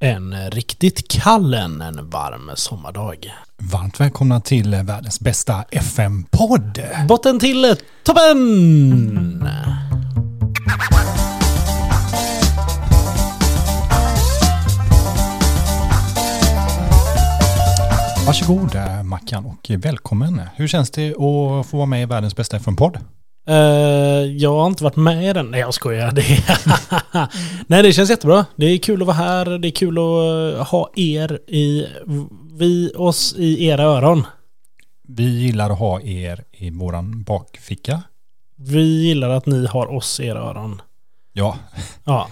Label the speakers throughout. Speaker 1: En riktigt kall en, en varm sommardag.
Speaker 2: Varmt välkomna till världens bästa FM-podd.
Speaker 1: Botten till eh, toppen!
Speaker 2: Varsågod eh, Mackan och välkommen. Hur känns det att få vara med i världens bästa FM-podd?
Speaker 1: Eh, jag har inte varit med i den. Nej, jag skojar. Det Nej, det känns jättebra. Det är kul att vara här. Det är kul att eh, ha er i... Vi oss i era öron.
Speaker 2: Vi gillar att ha er i våran bakficka.
Speaker 1: Vi gillar att ni har oss i era öron.
Speaker 2: Ja.
Speaker 1: Ja.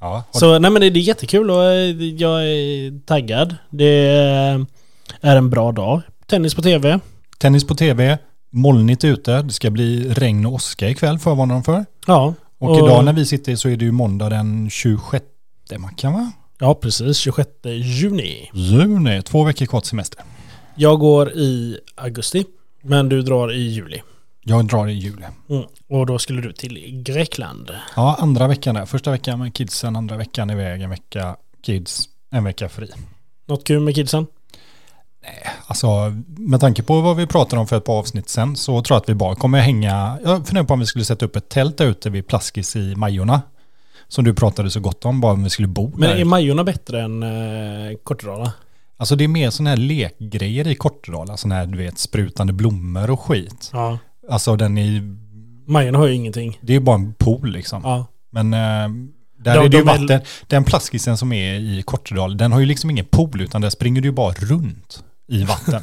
Speaker 2: ja. och-
Speaker 1: Så nej men det, det är jättekul och eh, jag är taggad. Det eh, är en bra dag. Tennis på tv.
Speaker 2: Tennis på tv, molnigt ute, det ska bli regn och åska ikväll förvarnar för.
Speaker 1: Ja.
Speaker 2: Och, idag när vi sitter så är det ju måndag den 26 Mackan va?
Speaker 1: Ja precis, 26 juni.
Speaker 2: Juni, två veckor kort semester.
Speaker 1: Jag går i augusti. Men du drar i juli.
Speaker 2: Jag drar i juli.
Speaker 1: Mm. Och då skulle du till Grekland.
Speaker 2: Ja, andra veckan där. Första veckan med kidsen, andra veckan iväg, en vecka kids, en vecka fri.
Speaker 1: Något kul med kidsen?
Speaker 2: Alltså, med tanke på vad vi pratade om för ett par avsnitt sen så tror jag att vi bara kommer hänga, jag funderar på om vi skulle sätta upp ett tält där ute vid Plaskis i Majorna. Som du pratade så gott om, bara om vi skulle bo
Speaker 1: Men
Speaker 2: där.
Speaker 1: är Majorna bättre än eh, Kortedala?
Speaker 2: Alltså det är mer sådana här lekgrejer i Kortedala, sådana här du vet sprutande blommor och skit.
Speaker 1: Ja.
Speaker 2: Alltså den är,
Speaker 1: Majorna har ju ingenting.
Speaker 2: det är bara en pool liksom.
Speaker 1: Ja.
Speaker 2: Men eh, där
Speaker 1: De-
Speaker 2: är det ju
Speaker 1: de är-
Speaker 2: vatten. Den plaskisen som är i Kortedal, den har ju liksom ingen pool utan där springer du ju bara runt i vatten.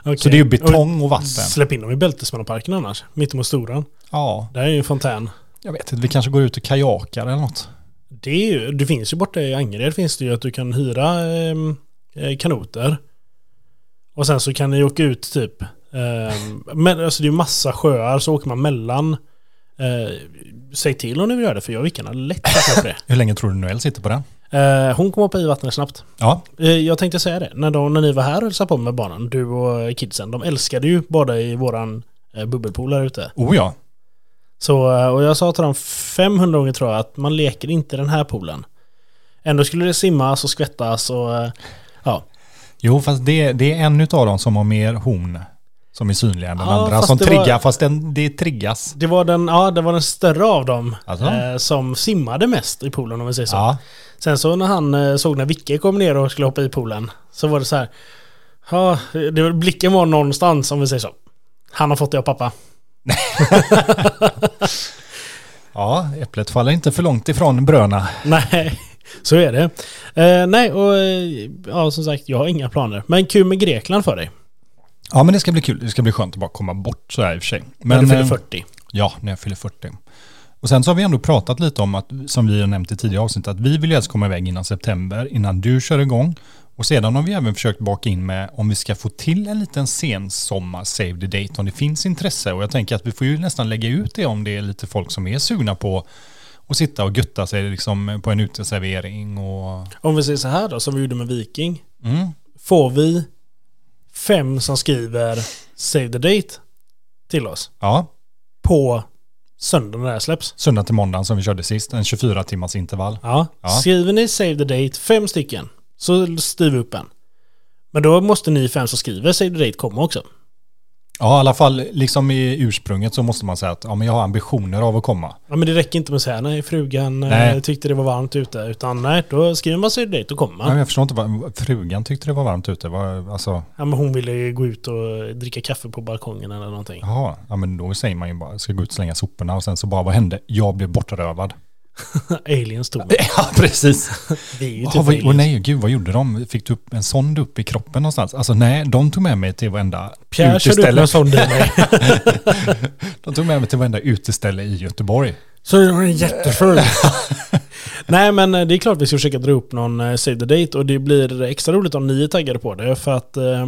Speaker 1: Okej.
Speaker 2: Så det är ju
Speaker 1: Och
Speaker 2: betong och vatten.
Speaker 1: Släpp in dem i Bältesmannaparken annars. Mittemot Storan.
Speaker 2: Ja,
Speaker 1: Där är ju en fontän.
Speaker 2: jag vet inte, vi kanske går ut och kajakar eller något.
Speaker 1: Det, är ju, det finns ju borta i Angered finns det ju att du kan hyra ehm, eh, kanoter. Och sen så kan ni åka ut typ. ehm, men alltså det är ju massa sjöar så åker man mellan. Eh, säg till om ni vill göra det för jag och Vickan har lätt att på det.
Speaker 2: Hur länge tror du Noel sitter på den?
Speaker 1: Eh, hon kommer hoppa i vattnet snabbt.
Speaker 2: Ja,
Speaker 1: Eh, jag tänkte säga det. När, de, när ni var här och hälsade på med barnen, du och kidsen. De älskade ju bada i våran eh, bubbelpool där ute.
Speaker 2: oh ja.
Speaker 1: Så, eh, och jag sa till dem 500 gånger tror jag att man leker inte i den här poolen. Ändå skulle det simmas och skvättas och eh, ja.
Speaker 2: Jo, fast det, det är en av dem som har mer horn som är synliga än den
Speaker 1: Ja,
Speaker 2: andra.
Speaker 1: fast
Speaker 2: Som
Speaker 1: det
Speaker 2: triggar,
Speaker 1: var-
Speaker 2: fast den, det triggas.
Speaker 1: Det var den, ja, det var den större av dem
Speaker 2: Alltså?
Speaker 1: eh, som simmade mest i poolen om vi säger så.
Speaker 2: Ja,
Speaker 1: Sen så när han eh, såg när Vicke kom ner och skulle hoppa i poolen så var det så här. Ja, det var, blicken var någonstans om vi säger så. Han har fått det av pappa.
Speaker 2: ja, äpplet faller inte för långt ifrån bröna.
Speaker 1: Nej, så är det. Eh, nej, och eh, ja, som sagt, jag har inga planer. Men kul med Grekland för dig.
Speaker 2: Ja, men det ska bli kul. Det ska bli skönt att bara komma bort så här i och för sig.
Speaker 1: Men, när du fyller
Speaker 2: eh,
Speaker 1: 40.
Speaker 2: Ja, när jag fyller 40. Och sen så har vi ändå pratat lite om att, som vi har nämnt i tidigare avsnitt, att vi vill ju helst komma iväg innan september, innan du kör igång. Och sedan har vi även försökt baka in med om vi ska få till en liten sen sommar save the date om det finns intresse. Och jag tänker att vi får ju nästan lägga ut det om det är lite folk som är sugna på att sitta och götta sig liksom på en uteservering och...
Speaker 1: Om vi säger så här då, som vi gjorde med Viking.
Speaker 2: Mm.
Speaker 1: Får vi fem som skriver Save the Date till oss
Speaker 2: Ja,
Speaker 1: på söndagen när det här släpps.
Speaker 2: söndag till måndag som vi körde sist, en 24 timmars intervall.
Speaker 1: Ja.
Speaker 2: Ja.
Speaker 1: Skriver ni Save the Date, fem stycken, så styr vi upp en. Men då måste ni fem som skriver Save the Date komma också.
Speaker 2: Ja, i alla fall liksom i ursprunget så måste man säga att ja, men jag har ambitioner av att komma.
Speaker 1: Ja men det räcker inte med att säga nej frugan
Speaker 2: Nej.
Speaker 1: nej. tyckte det var varmt ute. Utan nej, då skriver man Save the Date och kommer
Speaker 2: Ja. men
Speaker 1: man.
Speaker 2: jag förstår inte, vad- frugan tyckte det var varmt ute. Var, alltså,
Speaker 1: Ja men hon ville ju gå ut och dricka kaffe på balkongen eller någonting.
Speaker 2: jaha, ja, men då säger man ju bara, ska gå ut och slänga soporna och sen så bara, vad hände? Jag blev bortrövad.
Speaker 1: Aliens tog mig.
Speaker 2: Ja, precis.
Speaker 1: Vi är ju typ
Speaker 2: Åh vad, och
Speaker 1: aliens.
Speaker 2: nej, gud vad gjorde de? Fick du upp en sond upp i kroppen någonstans? Alltså nej, de tog med mig till varenda
Speaker 1: Pierre körde upp
Speaker 2: uteställe.
Speaker 1: en sån i mig.
Speaker 2: De tog med mig till varenda uteställe i Göteborg.
Speaker 1: Så jag är jättefull. Nej men eh, det är klart vi ska försöka dra upp någon eh, save the date och det blir extra roligt om ni är taggade på det för att eh,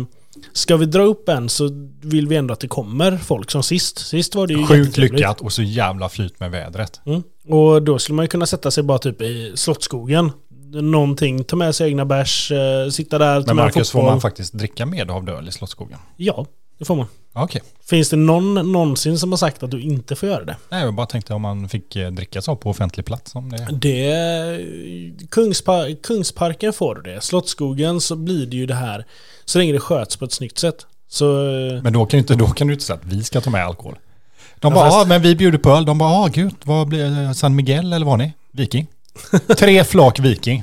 Speaker 1: ska vi dra upp en så vill vi ändå att det kommer folk som sist. Sist var det ju
Speaker 2: Sjukt
Speaker 1: jättetrevligt.
Speaker 2: lyckat och så jävla flyt med vädret.
Speaker 1: Mm. Och då skulle man ju kunna sätta sig bara typ i Slottsskogen. Någonting, ta med sig egna bärs, eh, sitta där, ta
Speaker 2: Men
Speaker 1: med en
Speaker 2: Marcus, får
Speaker 1: fotboll.
Speaker 2: man faktiskt dricka med av öl i Slottsskogen?
Speaker 1: ja, Det får man.
Speaker 2: Ja, Okej.
Speaker 1: Finns det någon någonsin som har sagt att du inte får göra det?
Speaker 2: Nej, jag bara tänkte om man fick eh, dricka så på offentlig plats. Om det.
Speaker 1: Det... Kungspar- Kungsparken får du det. Slottsskogen så blir det ju det här så länge det sköts på ett snyggt sätt. Så... eh,
Speaker 2: Men då kan, ju inte, då kan du inte säga att vi ska ta med alkohol. De bara,
Speaker 1: fast-
Speaker 2: ja men vi bjuder på öl. De bara, ja gud, vad blir det? San Miguel eller vad har ni? Viking? Tre flak viking.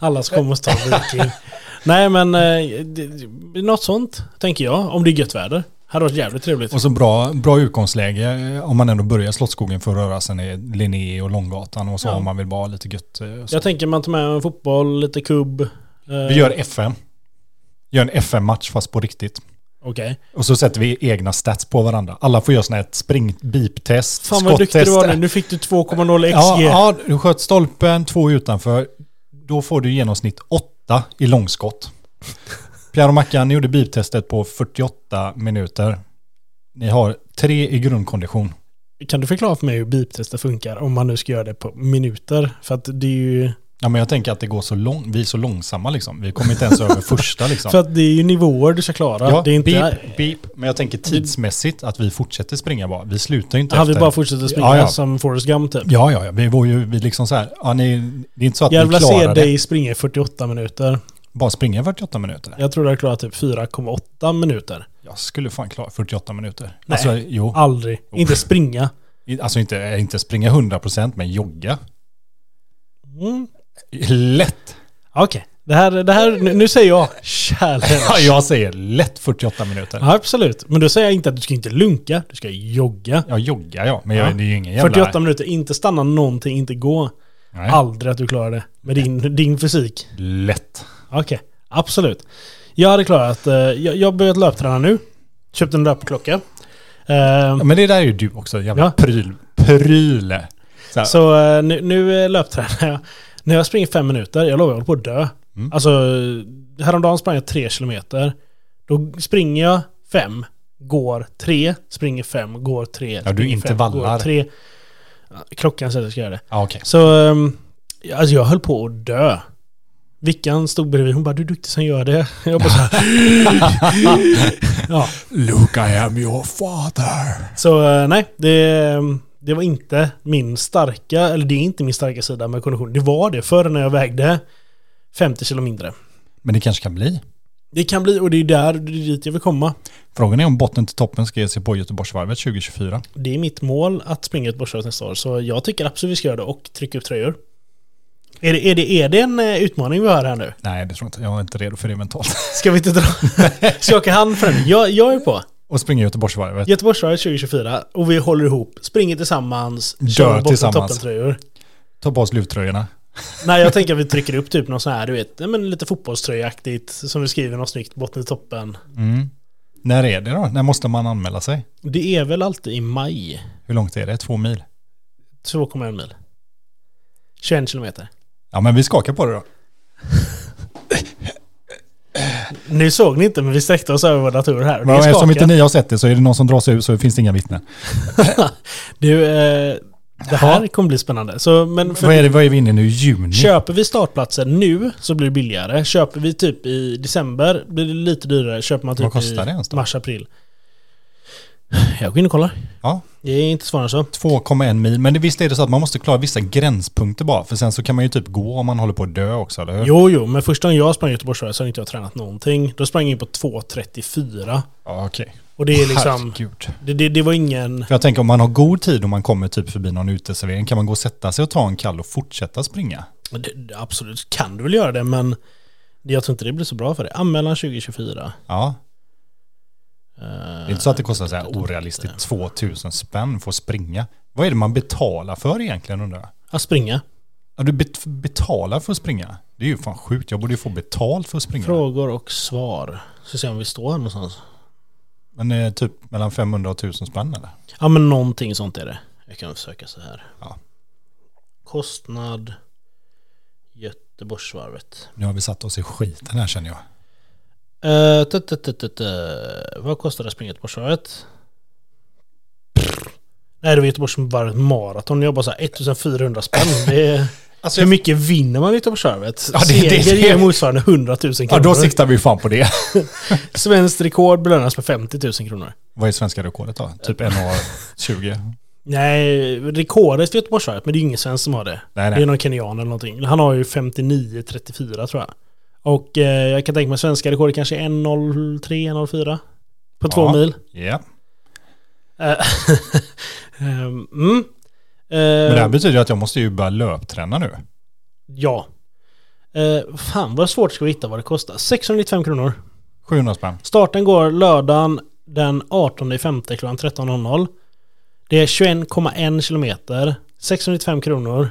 Speaker 1: Alla som kommer och tar viking. Nej men eh, det- det- något sånt tänker jag. Om det är gött väder. Hade varit jävligt trevligt.
Speaker 2: Och så bra, bra utgångsläge eh, om man ändå börjar Slottsskogen för att röra sig ner Linné och Långgatan och så
Speaker 1: Ja.
Speaker 2: om man vill bara ha lite gött. eh, Så.
Speaker 1: Jag tänker man tar med en fotboll, lite kubb. eh,
Speaker 2: Vi gör FM. Gör en FM-match fast på riktigt.
Speaker 1: Okej.
Speaker 2: Och så sätter vi egna stats på varandra. Alla får göra sådana här spring beep-test,
Speaker 1: Fan vad duktig du var nu. Nu fick du 2,0
Speaker 2: Ja,
Speaker 1: XG.
Speaker 2: ja, du sköt stolpen, två utanför. Då får du i genomsnitt åtta i långskott. Pierre och Mackan gjorde beep-testet på 48 minuter. Ni har tre i grundkondition.
Speaker 1: Kan du förklara för mig hur beep-tester funkar? Om man nu ska göra det på minuter. För att det är ju,
Speaker 2: Ja, men jag tänker att det går så lång, vi är så långsamma liksom. Vi kommer inte ens över första liksom.
Speaker 1: för att det är ju nivåer du ska klara.
Speaker 2: Ja,
Speaker 1: det är inte,
Speaker 2: beep, beep. Men jag tänker tidsmässigt att vi fortsätter springa bara. Vi slutar ju inte
Speaker 1: Han vill
Speaker 2: efter.
Speaker 1: bara fortsätta springa
Speaker 2: Ja, ja.
Speaker 1: som Forrest Gump typ.
Speaker 2: Ja, ja, ja. Vi var ju vi liksom så här. Ja, ni, det är inte så att
Speaker 1: Jag vill
Speaker 2: ni
Speaker 1: se
Speaker 2: klarar det.
Speaker 1: dig springa i 48 minuter.
Speaker 2: Bara springa i 48 minuter.
Speaker 1: Jag tror du har klarat typ 4,8 minuter.
Speaker 2: Jag skulle fan klara 48 minuter.
Speaker 1: Nej.
Speaker 2: Alltså, jo.
Speaker 1: Aldrig.
Speaker 2: Oh.
Speaker 1: Inte springa.
Speaker 2: I- Alltså inte, inte springa 100% men jogga.
Speaker 1: Mm.
Speaker 2: Lätt.
Speaker 1: Okej. Det här, det här, nu, nu säger jag challenge.
Speaker 2: Ja, jag säger lätt 48 minuter.
Speaker 1: Ja, absolut. Men då säger jag inte att du ska inte lunka, du ska jogga.
Speaker 2: Ja, jogga ja. Men
Speaker 1: Ja.
Speaker 2: Jag, det är ju ingen jävla...
Speaker 1: 48 minuter, inte stanna någonting, inte gå.
Speaker 2: Nej.
Speaker 1: Aldrig att du klarar det med din, din fysik.
Speaker 2: Lätt.
Speaker 1: Okej, absolut. Jag hade klarat, eh, jag, jag har börjat löpträna nu. Köpt en löpklocka. Eh,
Speaker 2: Ja, men det där är ju du också. Jävla
Speaker 1: Ja.
Speaker 2: pryl. Pryl. Så här,
Speaker 1: Så eh, nu, nu eh, löptränar jag. När jag springer fem minuter, jag lovar jag håller på att dö.
Speaker 2: Mm.
Speaker 1: Alltså, häromdagen sprang jag tre kilometer. Då springer jag fem, går tre, springer fem, går tre.
Speaker 2: du
Speaker 1: springer
Speaker 2: intervallar.
Speaker 1: Fem, går tre. Ja, Klockan säger att jag ska göra det.
Speaker 2: ja, okej.
Speaker 1: Så ehm, alltså jag höll på att dö. Vickan stod bredvid, hon bara du är duktig som gör det. Jag bara, så här, ja.
Speaker 2: Look, I am your father.
Speaker 1: Så eh, nej, det, ehm, det var inte min starka, eller det är inte min starka sida med kondition. Det var det förr när jag vägde 50 kilo mindre.
Speaker 2: Men det kanske kan bli.
Speaker 1: Det kan bli, och det är där, det är dit jag vill komma.
Speaker 2: Frågan är om botten till toppen ska ge sig på Göteborgsvarvet 2024.
Speaker 1: Det är mitt mål att springa ett borstvarv nästa år, så jag tycker absolut vi ska göra det och trycka upp tröjor. Är det, är, det, är det en eh, utmaning vi har här nu?
Speaker 2: Nej, det tror jag inte. Jag är inte redo för det mentalt.
Speaker 1: Ska vi inte dra... Skaka hand för den. Jag, jag är på.
Speaker 2: Och springa Göteborgsvarvet.
Speaker 1: Göteborgsvarvet 2024 och vi håller ihop, springer tillsammans,
Speaker 2: Dör
Speaker 1: kör bort
Speaker 2: tillsammans.
Speaker 1: toppentröjor.
Speaker 2: Ta på oss luvtröjorna.
Speaker 1: Nej, jag tänker att vi trycker upp typ någon sån här, du vet, nej, men lite fotbollströjaktigt som du skriver något snyggt, botten i toppen.
Speaker 2: Mm. När är det då? När måste man anmäla sig?
Speaker 1: Det är väl alltid i maj,
Speaker 2: Hur långt är det? Två mil?
Speaker 1: 2,1 mil. 21 kilometer.
Speaker 2: Ja, men vi skakar på det då.
Speaker 1: Nu såg ni inte, men vi sträckte oss över våra datorer här. Det
Speaker 2: Men
Speaker 1: är
Speaker 2: eftersom
Speaker 1: skaka.
Speaker 2: inte ni har sett det så är det någon som drar sig ur så finns det inga vittnen.
Speaker 1: Du, eh, det här kommer bli spännande. Så, men för
Speaker 2: Vad är, det, vad är vi inne i nu? Juni?
Speaker 1: Köper vi startplatser nu så blir det billigare. Köper vi typ i december blir det lite dyrare. Köper man
Speaker 2: Vad
Speaker 1: typ
Speaker 2: kostar det ens
Speaker 1: i
Speaker 2: då?
Speaker 1: mars, april. Jag går in och kollar.
Speaker 2: Ja,
Speaker 1: Det är inte svårare än så.
Speaker 2: 2,1 mil. Men det, visst är det så att man måste klara vissa gränspunkter bara. För sen så kan man ju typ gå om man håller på att dö också, eller hur?
Speaker 1: Jo, jo, men första gången jag sprang Göteborgsvarvet så hade inte jag tränat någonting. Då sprang jag in på 2.34.
Speaker 2: Ja, okej.
Speaker 1: Och det är liksom...
Speaker 2: Herregud.
Speaker 1: Det, det, det var ingen...
Speaker 2: För jag tänker om man har god tid och man kommer typ förbi någon uteservering kan man gå och sätta sig och ta en kall och fortsätta springa?
Speaker 1: Det, det, absolut kan du väl göra det, men jag tror inte det blir så bra för det. Anmälan 2024.
Speaker 2: Ja,
Speaker 1: Eh,
Speaker 2: det är inte så att det kostar så här orealistiskt 2000 spänn för att springa. Vad är det man betalar för egentligen undrar jag?
Speaker 1: Att springa.
Speaker 2: Ja, du bet- betalar för att springa? Det är ju fan sjukt, jag borde ju få betalt för att springa.
Speaker 1: Frågor och svar. Så ser vi om vi står här någonstans.
Speaker 2: Men eh, typ mellan 500 och 1000 spänn eller?
Speaker 1: Ja men någonting sånt är det. Jag kan försöka så här.
Speaker 2: Ja.
Speaker 1: Kostnad Göteborgsvarvet.
Speaker 2: Nu har vi satt oss i skiten här känner jag.
Speaker 1: Eh, tut, tut, tut, tut, eh, Vad kostar det att springa Göteborgsvarvet? Nej det var Göteborgsvarvet maraton. Jag bara så här 1400 spänn. Det är,
Speaker 2: Alltså,
Speaker 1: Hur
Speaker 2: jag-
Speaker 1: mycket vinner man Göteborgsvarvet?
Speaker 2: Ja,
Speaker 1: Ja,
Speaker 2: det-
Speaker 1: Seger
Speaker 2: det- det-
Speaker 1: ger motsvarande 100 000 kronor.
Speaker 2: ja, då siktar vi fan på det.
Speaker 1: Svenskt rekord belönas med 50 000 kronor.
Speaker 2: Vad är svenska rekordet då? Typ 1,20?
Speaker 1: Nej, rekordet för Göteborgsvarvet, men det är ju ingen svensk som har det.
Speaker 2: Nej,
Speaker 1: Det är
Speaker 2: nej.
Speaker 1: någon kenyan eller någonting. Han har ju 59-34 tror jag. Och eh, jag kan tänka mig svenska rekordet kanske är 1.03-1.04 på två
Speaker 2: Ja.
Speaker 1: mil.
Speaker 2: Ja.
Speaker 1: Eh, Ehm, mm.
Speaker 2: Men det här
Speaker 1: Ehm,
Speaker 2: betyder ju att jag måste ju börja löpträna nu.
Speaker 1: Ja. Eh, fan vad svårt det ska vara att hitta vad det kostar. 695 kronor.
Speaker 2: 700 spänn.
Speaker 1: Starten går lördagen den 18 femte klockan 13.00. Det är 21,1 kilometer, 695 kronor.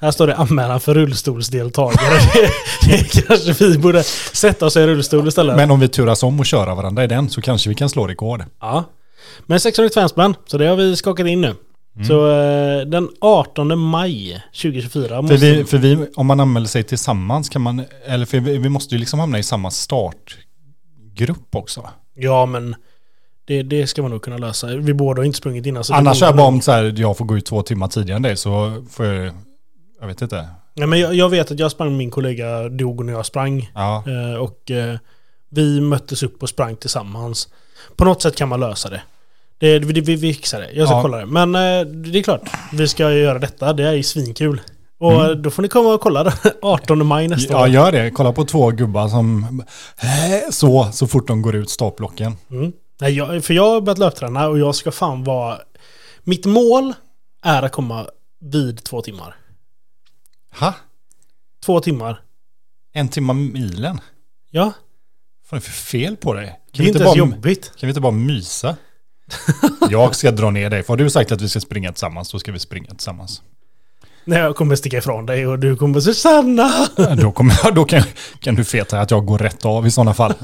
Speaker 1: Här står det anmälan för rullstolsdeltagare. Det- det kanske vi borde sätta oss i rullstol istället.
Speaker 2: Men om vi turas om och köra varandra i den så kanske vi kan slå rekord.
Speaker 1: Ja. Men 695 spänn, så det har vi skakat in nu.
Speaker 2: Mm.
Speaker 1: Så eh, den 18 maj 2024
Speaker 2: För
Speaker 1: måste
Speaker 2: vi, för vi, om man anmäler sig tillsammans kan man, eller för vi, vi måste ju liksom hamna i samma startgrupp också.
Speaker 1: Ja, men det, det ska man nog kunna lösa. Vi båda har inte sprungit innan. Så det
Speaker 2: Annars
Speaker 1: går
Speaker 2: är jag
Speaker 1: nog.
Speaker 2: bara om så här, jag får gå ut två timmar tidigare än dig så får jag, jag vet inte.
Speaker 1: Nej, men jag, jag vet att jag sprang med min kollega Diogo när jag sprang.
Speaker 2: Ja,
Speaker 1: Eh, Och eh, vi möttes upp och sprang tillsammans. På något sätt kan man lösa det. det vi, vi, vi fixar det. Jag ska
Speaker 2: Ja.
Speaker 1: kolla det. Men eh, det är klart, vi ska ju göra detta. Det är ju svinkul. Och eh, då får ni komma och kolla det. 18 maj nästa
Speaker 2: Mm. ja
Speaker 1: år.
Speaker 2: gör det. Kolla på två gubbar som, så, så fort de går ut startblocken.
Speaker 1: Mm. Nej, jag, för jag har börjat löpträna och jag ska fan vara... Mitt mål är att komma vid två timmar.
Speaker 2: Ha?
Speaker 1: Två timmar.
Speaker 2: En timma milen?
Speaker 1: Ja,
Speaker 2: Vad är det för fel på dig? Kan
Speaker 1: det
Speaker 2: vi
Speaker 1: är inte ens
Speaker 2: bara-
Speaker 1: jobbigt.
Speaker 2: Kan vi inte bara mysa? Jag ska dra ner dig, för har du sagt att vi ska springa tillsammans, då ska vi springa tillsammans.
Speaker 1: Nej, jag kommer sticka ifrån dig och du kommer Susanna!
Speaker 2: Då, kommer jag, då kan, kan du feta att jag går rätt av i sådana fall.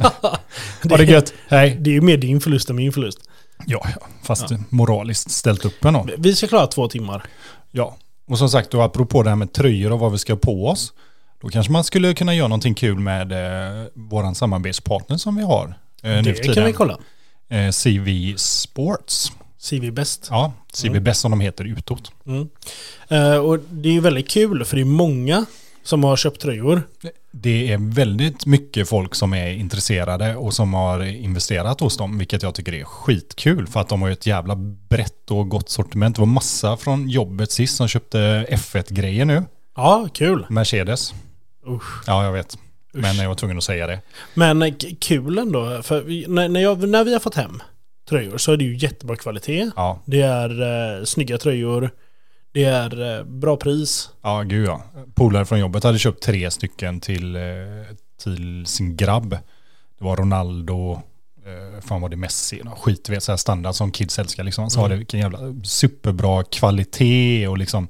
Speaker 2: Har det gött, hej.
Speaker 1: Det är ju mer din förlust än min förlust.
Speaker 2: Ja, ja, fast moraliskt ställt upp ändå.
Speaker 1: Vi ska klara två timmar.
Speaker 2: Ja, och som sagt, då, apropå det här med tröjor och vad vi ska ha på oss, då kanske man skulle kunna göra någonting kul med eh, vår samarbetspartner som vi har eh, nu för
Speaker 1: Det kan vi
Speaker 2: tiden.
Speaker 1: kolla.
Speaker 2: Eh, CV Sports.
Speaker 1: CV bäst.
Speaker 2: Ja, CV bäst som de heter utåt.
Speaker 1: Mm. Eh, och det är ju väldigt kul för det är många som har köpt tröjor.
Speaker 2: Det är väldigt mycket folk som är intresserade och som har investerat hos dem, vilket jag tycker är skitkul för att de har ju ett jävla brett och gott sortiment. Det var massa från jobbet sist som köpte F1-grejer nu,
Speaker 1: Ja, kul.
Speaker 2: Mercedes.
Speaker 1: Usch.
Speaker 2: Ja, jag vet. Men jag var tvungen att säga det.
Speaker 1: Men eh, k- kul ändå. För vi, när, när, jag, när vi har fått hem tröjor så är det ju jättebra kvalitet.
Speaker 2: Ja,
Speaker 1: Det är eh, snygga tröjor. Det är eh, bra pris.
Speaker 2: ja gud ja. Polare från jobbet hade köpt tre stycken till, eh, till sin grabb. Det var Ronaldo, eh, fan var det Messi, någon skit du vet, så här standard som kids älskar liksom.
Speaker 1: Mm.
Speaker 2: Så var det vilken jävla superbra kvalitet och liksom,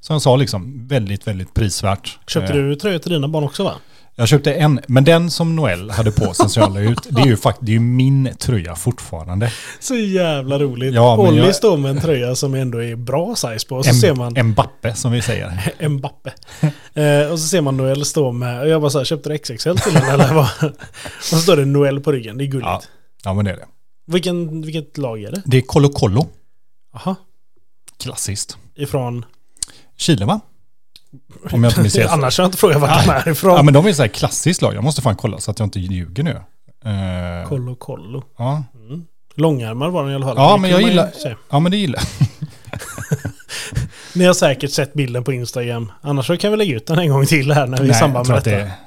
Speaker 2: som jag sa liksom, väldigt, väldigt prisvärt.
Speaker 1: Köpte
Speaker 2: Eh,
Speaker 1: du tröjor till dina barn också va?
Speaker 2: Jag köpte en, men den som Noel hade på sig som jag la ut, det är ju faktiskt, det är ju min tröja fortfarande.
Speaker 1: Så jävla roligt.
Speaker 2: Ja, men
Speaker 1: Olli
Speaker 2: jag-
Speaker 1: står med en tröja som ändå är bra size på. Och så
Speaker 2: en,
Speaker 1: ser man...
Speaker 2: Mbappe som vi säger.
Speaker 1: Mbappe. Eh, och så ser man Noel stå med, och jag bara så här, köpte du XXL till den eller vad? och så står det Noel på ryggen, det är gulligt.
Speaker 2: Ja, ja men det är det.
Speaker 1: Vilken, vilket lag är det?
Speaker 2: Det är Colo Colo,
Speaker 1: Aha.
Speaker 2: klassiskt.
Speaker 1: Ifrån?
Speaker 2: Chile va? Om jag inte minns helt.
Speaker 1: Annars har jag inte frågat vart de är ifrån.
Speaker 2: Ja men de är så här klassiskt lag. Jag måste fan kolla så att jag inte ljuger nu. Eh,
Speaker 1: Kollo kollo.
Speaker 2: ja.
Speaker 1: Långärmar var den i alla fall.
Speaker 2: ja
Speaker 1: Det
Speaker 2: men
Speaker 1: kan
Speaker 2: jag
Speaker 1: man ju
Speaker 2: gillar...
Speaker 1: se.
Speaker 2: Ja men det gillar
Speaker 1: Ni har säkert sett bilden på Instagram. Annars så kan vi lägga ut den en gång till här när vi är i samband med
Speaker 2: jag
Speaker 1: detta.
Speaker 2: tror att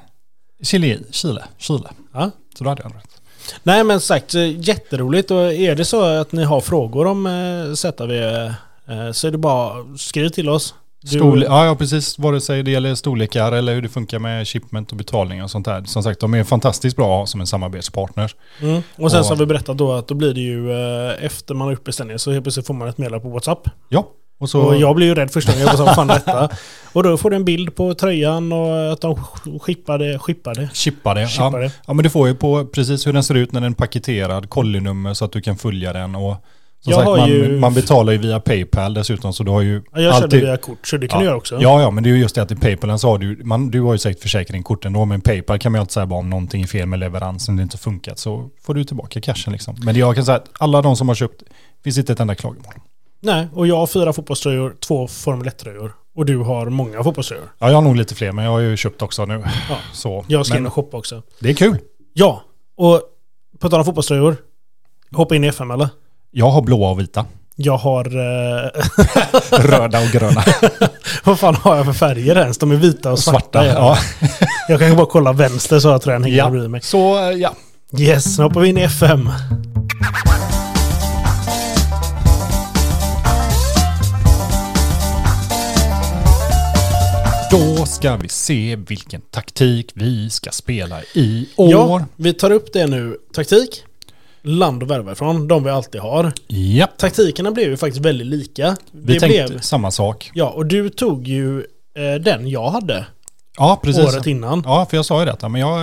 Speaker 2: det är Chile, Chile, Chile.
Speaker 1: Ja.
Speaker 2: Så då hade jag rätt.
Speaker 1: Nej men sagt, eh, jätteroligt. Och är det så att ni har frågor om eh, ZV eh, så är det bara skriv till oss. Du-
Speaker 2: Storle- ja, ja precis, vare sig det gäller storlekar eller hur det funkar med shipment och betalning och sånt där. Som sagt, de är fantastiskt bra att ha som en samarbetspartner.
Speaker 1: Mm. Och sen
Speaker 2: Och-
Speaker 1: så har vi berättat då att då blir det ju eh, efter man har gjort beställningen så helt plötsligt får man ett meddelande på WhatsApp.
Speaker 2: Ja, och så...
Speaker 1: Och jag blir ju rädd första gången, jag bara, vad fan är detta? Och då får du en bild på tröjan och att de sk- skippade, skippade.
Speaker 2: Chippade.
Speaker 1: Chippade.
Speaker 2: Ja. ja, men du får ju på precis hur den ser ut när den är paketerad, kollinummer så att du kan följa den och som
Speaker 1: Jag
Speaker 2: sagt,
Speaker 1: har
Speaker 2: man,
Speaker 1: ju-
Speaker 2: man betalar ju via Paypal dessutom så du har ju
Speaker 1: Ja, jag körde via kort, så det kan du göra också.
Speaker 2: Ja, ja, men det är ju just det att i Paypal så har du, man, du har ju säkert försäkringskort ändå, men Paypal kan man ju alltid säga bara om någonting är fel med leveransen, det inte funkat, så får du tillbaka cashen liksom. Men det jag kan säga att alla de som har köpt, finns inte ett enda klagomål.
Speaker 1: Nej, och jag har fyra fotbollströjor, två Formel 1-tröjor Och du har många fotbollsöar.
Speaker 2: Ja, jag har nog lite fler, men jag har ju köpt också nu.
Speaker 1: Ja.
Speaker 2: Så.
Speaker 1: Jag ska in
Speaker 2: men
Speaker 1: och shoppa också.
Speaker 2: det är kul.
Speaker 1: Ja, och på tal om fotbollströjor. Hoppa in i FM eller?
Speaker 2: Jag har blåa och vita.
Speaker 1: Jag har... Eh,
Speaker 2: Röda och gröna.
Speaker 1: vad fan har jag för färger ens? De är vita och svarta.
Speaker 2: Svarta. Ja.
Speaker 1: Jag kan ju bara kolla vänster så har jag tröjan hänger
Speaker 2: Ja.
Speaker 1: bredvid mig.
Speaker 2: Så, eh, ja.
Speaker 1: Yes, nu hoppar vi in i FM.
Speaker 2: Då ska vi se vilken taktik vi ska spela i år.
Speaker 1: Ja, vi tar upp det nu. Taktik, land och värva ifrån, de vi alltid har.
Speaker 2: Japp.
Speaker 1: Taktikerna blev ju faktiskt väldigt lika.
Speaker 2: Vi
Speaker 1: det
Speaker 2: tänkte
Speaker 1: blev,
Speaker 2: samma sak.
Speaker 1: ja, och du tog ju eh, den jag hade
Speaker 2: Ja, precis.
Speaker 1: året innan.
Speaker 2: Ja, för jag sa ju detta. Men jag,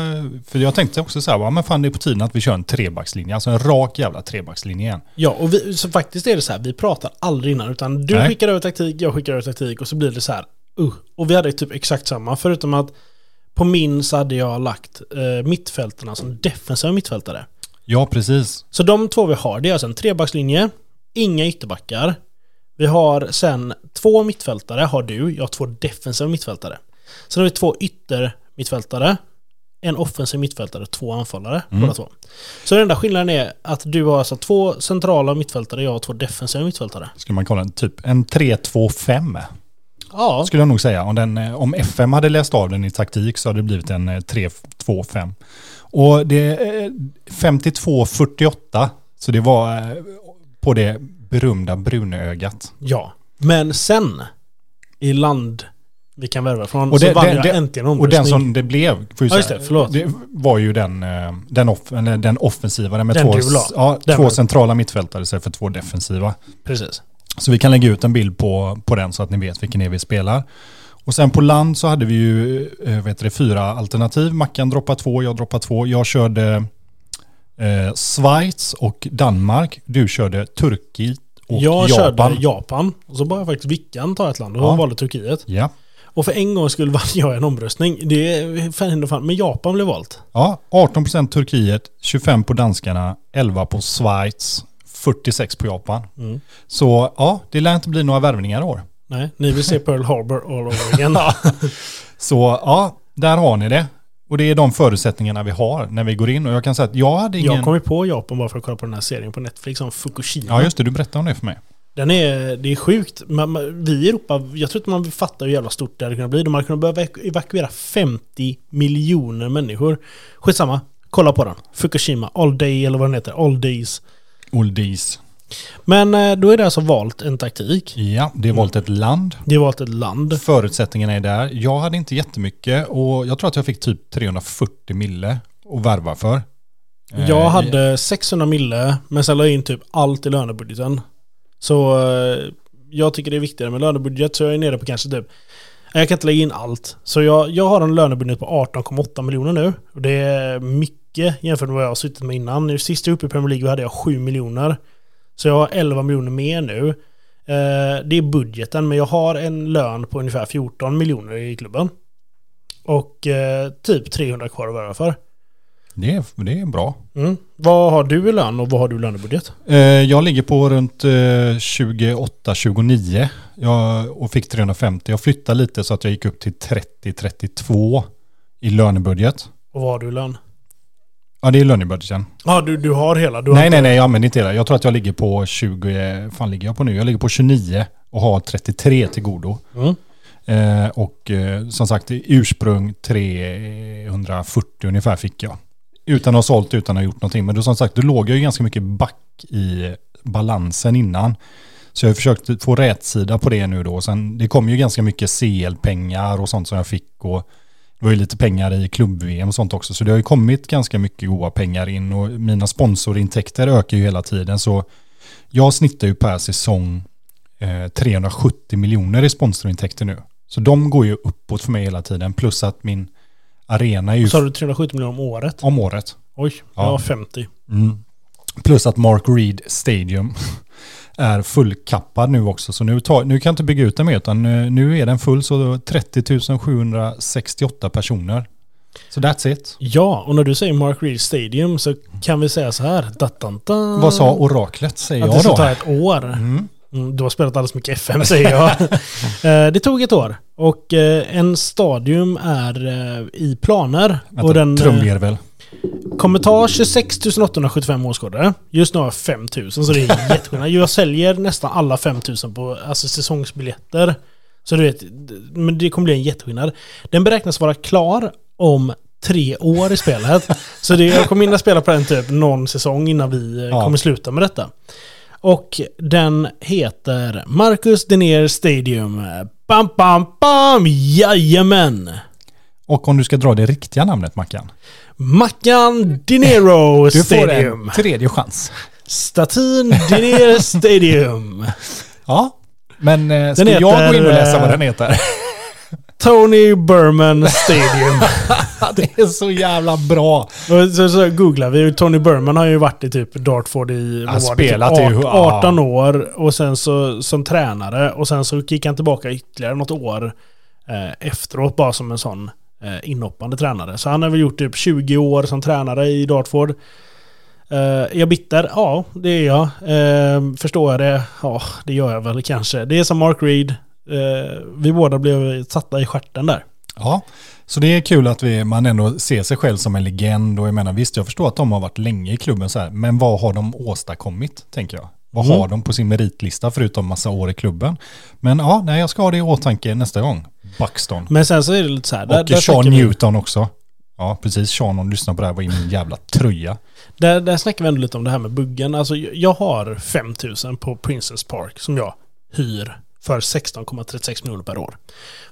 Speaker 2: för jag tänkte också så här, va, men fan det är på tiden att vi kör en trebackslinje. Alltså en rak jävla trebackslinje igen.
Speaker 1: Ja, och vi, så faktiskt är det så här, vi pratar aldrig innan, utan du
Speaker 2: Nej.
Speaker 1: skickar över taktik, jag skickar över taktik och så blir det så här, uh. Och vi hade typ exakt samma, förutom att på min så hade jag lagt eh, mittfältarna som defensiva mittfältare.
Speaker 2: Ja, precis.
Speaker 1: Så de två vi har, det är alltså en trebackslinje, inga ytterbackar. Vi har sen två mittfältare, har du, jag har två defensiva mittfältare. Sen har vi två yttermittfältare, en offensiv mittfältare och två anfallare,
Speaker 2: Mm.
Speaker 1: båda två. Så den enda skillnaden är att du har alltså två centrala mittfältare, jag har två defensiva mittfältare.
Speaker 2: Skulle man kolla en typ en 3-2-5.
Speaker 1: Ja,
Speaker 2: Skulle jag nog säga. Om, den, eh, om FM hade läst av den i taktik så hade det blivit en eh, 3-2-5. Och det är eh, 52-48. Så det var eh, på det berömda brunögat.
Speaker 1: ja. Men sen, i land vi kan värva från,
Speaker 2: Och
Speaker 1: så
Speaker 2: det-
Speaker 1: vann
Speaker 2: det-
Speaker 1: jag
Speaker 2: det-
Speaker 1: äntligen
Speaker 2: Och den
Speaker 1: omröstning.
Speaker 2: som det blev, får ju
Speaker 1: Ja, just
Speaker 2: säga,
Speaker 1: det, förlåt.
Speaker 2: det var ju den, eh, den, off, eller den offensiva, den med
Speaker 1: Den
Speaker 2: två,
Speaker 1: du la.
Speaker 2: ja,
Speaker 1: Den
Speaker 2: två
Speaker 1: med-
Speaker 2: centrala mittfältare istället för två defensiva.
Speaker 1: Precis.
Speaker 2: Så vi kan lägga ut en bild på, på den så att ni vet vilken det är vi spelar. Och sen på land så hade vi ju eh, vad heter det, fyra alternativ. Mackan droppade två, jag droppade två. Jag körde eh, Schweiz och Danmark. Du körde Turkiet och
Speaker 1: jag
Speaker 2: Japan.
Speaker 1: körde Japan, och så bad jag faktiskt Vickan ta ett land och hon
Speaker 2: Ja.
Speaker 1: valde Turkiet.
Speaker 2: Ja.
Speaker 1: Och för en gång skulle vann jag en omröstning. Det är fan hinder fan. Men Japan blev valt.
Speaker 2: ja, 18% Turkiet, 25% på danskarna, 11% på Schweiz, 46% på Japan.
Speaker 1: Mm.
Speaker 2: Så ja, det lär inte bli några värvningar i år.
Speaker 1: Nej, ni vill se Pearl Harbor all over again.
Speaker 2: Så ja, där har ni det. Och det är de förutsättningarna vi har när vi går in. Och jag kan säga att jag hade ingen...
Speaker 1: Jag kom ju på Japan bara för att kolla på den här serien på Netflix om Fukushima.
Speaker 2: Ja, just det. Du berättade om det för mig.
Speaker 1: Den är, det är sjukt. Man, man, vi i Europa, jag tror inte man fattar hur jävla stort det hade kunnat bli. De hade kunnat behöva evaku- evakuera 50 miljoner människor. Skitsamma, kolla på den. Fukushima, All Day eller vad den heter, All Days.
Speaker 2: Oldies.
Speaker 1: Men eh, då är det alltså valt en taktik.
Speaker 2: Ja, det
Speaker 1: Mm.
Speaker 2: är valt ett land.
Speaker 1: Det är valt ett land.
Speaker 2: Förutsättningarna är där. Jag hade inte jättemycket och jag tror att jag fick typ 340 mille att värva för. Eh,
Speaker 1: Jag hade 600 mille, men sen la jag in typ allt i lönebudgeten. Så eh, jag tycker det är viktigare med lönebudget, så jag är nere på kanske typ... Nej, Jag kan inte lägga in allt. Så jag, jag har en lönebudget på 18,8 miljoner nu. Och det är mycket jämfört med vad jag har suttit med innan. Nu sist jag uppe i Premier League hade jag 7 miljoner. Så jag har 11 miljoner mer nu. Eh, Det är budgeten, men jag har en lön på ungefär 14 miljoner i klubben. Och eh, typ 300 kvar att värva för.
Speaker 2: Det är, det är bra.
Speaker 1: Mm. Vad har du i lön och vad har du i lönebudget?
Speaker 2: Eh, Jag ligger på runt eh, 28-29 Jag- och fick 350. Jag flyttade lite så att jag gick upp till 30-32 i lönebudget.
Speaker 1: Och vad har du i lön?
Speaker 2: Ja, det är lönebudgeten.
Speaker 1: Ja, du, du har hela. Du har
Speaker 2: Nej,
Speaker 1: inte-
Speaker 2: nej, nej, jag använder inte hela. Jag tror att jag ligger på 20, fan ligger jag på nu? Jag ligger på 29 och har 33 till godo.
Speaker 1: Mm.
Speaker 2: Eh, och eh, som sagt, i ursprung 340 ungefär fick jag. Utan att ha sålt, utan att ha gjort någonting. Men då, som sagt, då låg jag ju ganska mycket back i balansen innan. Så jag har försökt få rätsida på det nu då. Sen, det kom ju ganska mycket CL-pengar och sånt som jag fick. Och det var ju lite pengar i klubb-VM och sånt också. Så det har ju kommit ganska mycket goda pengar in. Och mina sponsorintäkter ökar ju hela tiden. Så jag snittar ju per säsong eh, 370 miljoner i sponsorintäkter nu. Så de går ju uppåt för mig hela tiden. Plus att min arena är ju
Speaker 1: Så har du 370 miljoner om året.
Speaker 2: om året.
Speaker 1: Oj, jag
Speaker 2: Ja.
Speaker 1: har 50.
Speaker 2: Mm. Plus att Mark Reed Stadium är fullkappad nu också. Så nu, tar, nu kan jag inte bygga ut den mer utan eh, nu är den full så 30 768 personer. Så that's it.
Speaker 1: Ja, och när du säger Mark Reed Stadium så kan vi säga så här. Da, da, da,
Speaker 2: Vad sa oraklet säger
Speaker 1: Att det
Speaker 2: jag
Speaker 1: ska
Speaker 2: då?
Speaker 1: ta ett år.
Speaker 2: Mm.
Speaker 1: Mm, du har spelat alldeles mycket FM säger jag. Eh, det tog ett år och eh, en stadium är eh, i planer. och den, eh,
Speaker 2: Trumvirvel.
Speaker 1: Kommer ta 26 875 åskådare. Just nu har jag 5 000 så det är jätteskillnad. Jag säljer nästan alla 5 000 på alltså, säsongsbiljetter. Så du vet, d- men det kommer bli en jätteskillnad. Den beräknas vara klar om tre år i spelet. så det, jag kommer hinna spela på den typ någon säsong innan vi eh,
Speaker 2: Ja.
Speaker 1: kommer sluta med detta. Och den heter Marcus Denier Stadium. Bam, bam, bam! Jajamän!
Speaker 2: Och om du ska dra det riktiga namnet Mackan.
Speaker 1: Mackan Dinero
Speaker 2: Du får
Speaker 1: Stadium.
Speaker 2: en tredje chans.
Speaker 1: Statin Diner Stadium.
Speaker 2: Ja, men eh, ska
Speaker 1: Den
Speaker 2: jag gå in och
Speaker 1: heter,
Speaker 2: läsa vad
Speaker 1: eh,
Speaker 2: den heter?
Speaker 1: Tony Berman Stadium.
Speaker 2: det är så jävla bra.
Speaker 1: Och så, så googlar vi och Tony Berman har ju varit i typ Dartford i vad
Speaker 2: Han
Speaker 1: var det,
Speaker 2: spelat
Speaker 1: typ
Speaker 2: i-
Speaker 1: art-
Speaker 2: ja.
Speaker 1: 18 år och sen så som tränare och sen så gick han tillbaka ytterligare något år eh, efteråt bara som en sån eh, inhoppande tränare. Så han har väl gjort typ 20 år som tränare i Dartford. Eh, är jag bitter? Ja, det är jag. Eh, förstår jag det? Ja, det gör jag väl kanske. Det är som Mark Reed. Eh, vi båda blev satta i stjärten där.
Speaker 2: Ja, så det är kul att vi, man ändå ser sig själv som en legend. Och jag menar, visst, jag förstår att de har varit länge i klubben så här, men vad har de åstadkommit, tänker jag? Vad
Speaker 1: Mm.
Speaker 2: har de på sin meritlista förutom massa år i klubben? Men ja, nej, jag ska ha det i åtanke nästa gång. Buxton.
Speaker 1: Men sen så är det lite så här.
Speaker 2: Och Sean
Speaker 1: snackar vi-
Speaker 2: Newton också. Ja, precis. Sean, om du lyssnar på det här, var i min jävla tröja.
Speaker 1: Där, där snackar vi ändå lite om det här med buggen. Alltså, jag jag har 5000 på Princess Park som jag hyr för 16,36 miljoner per år.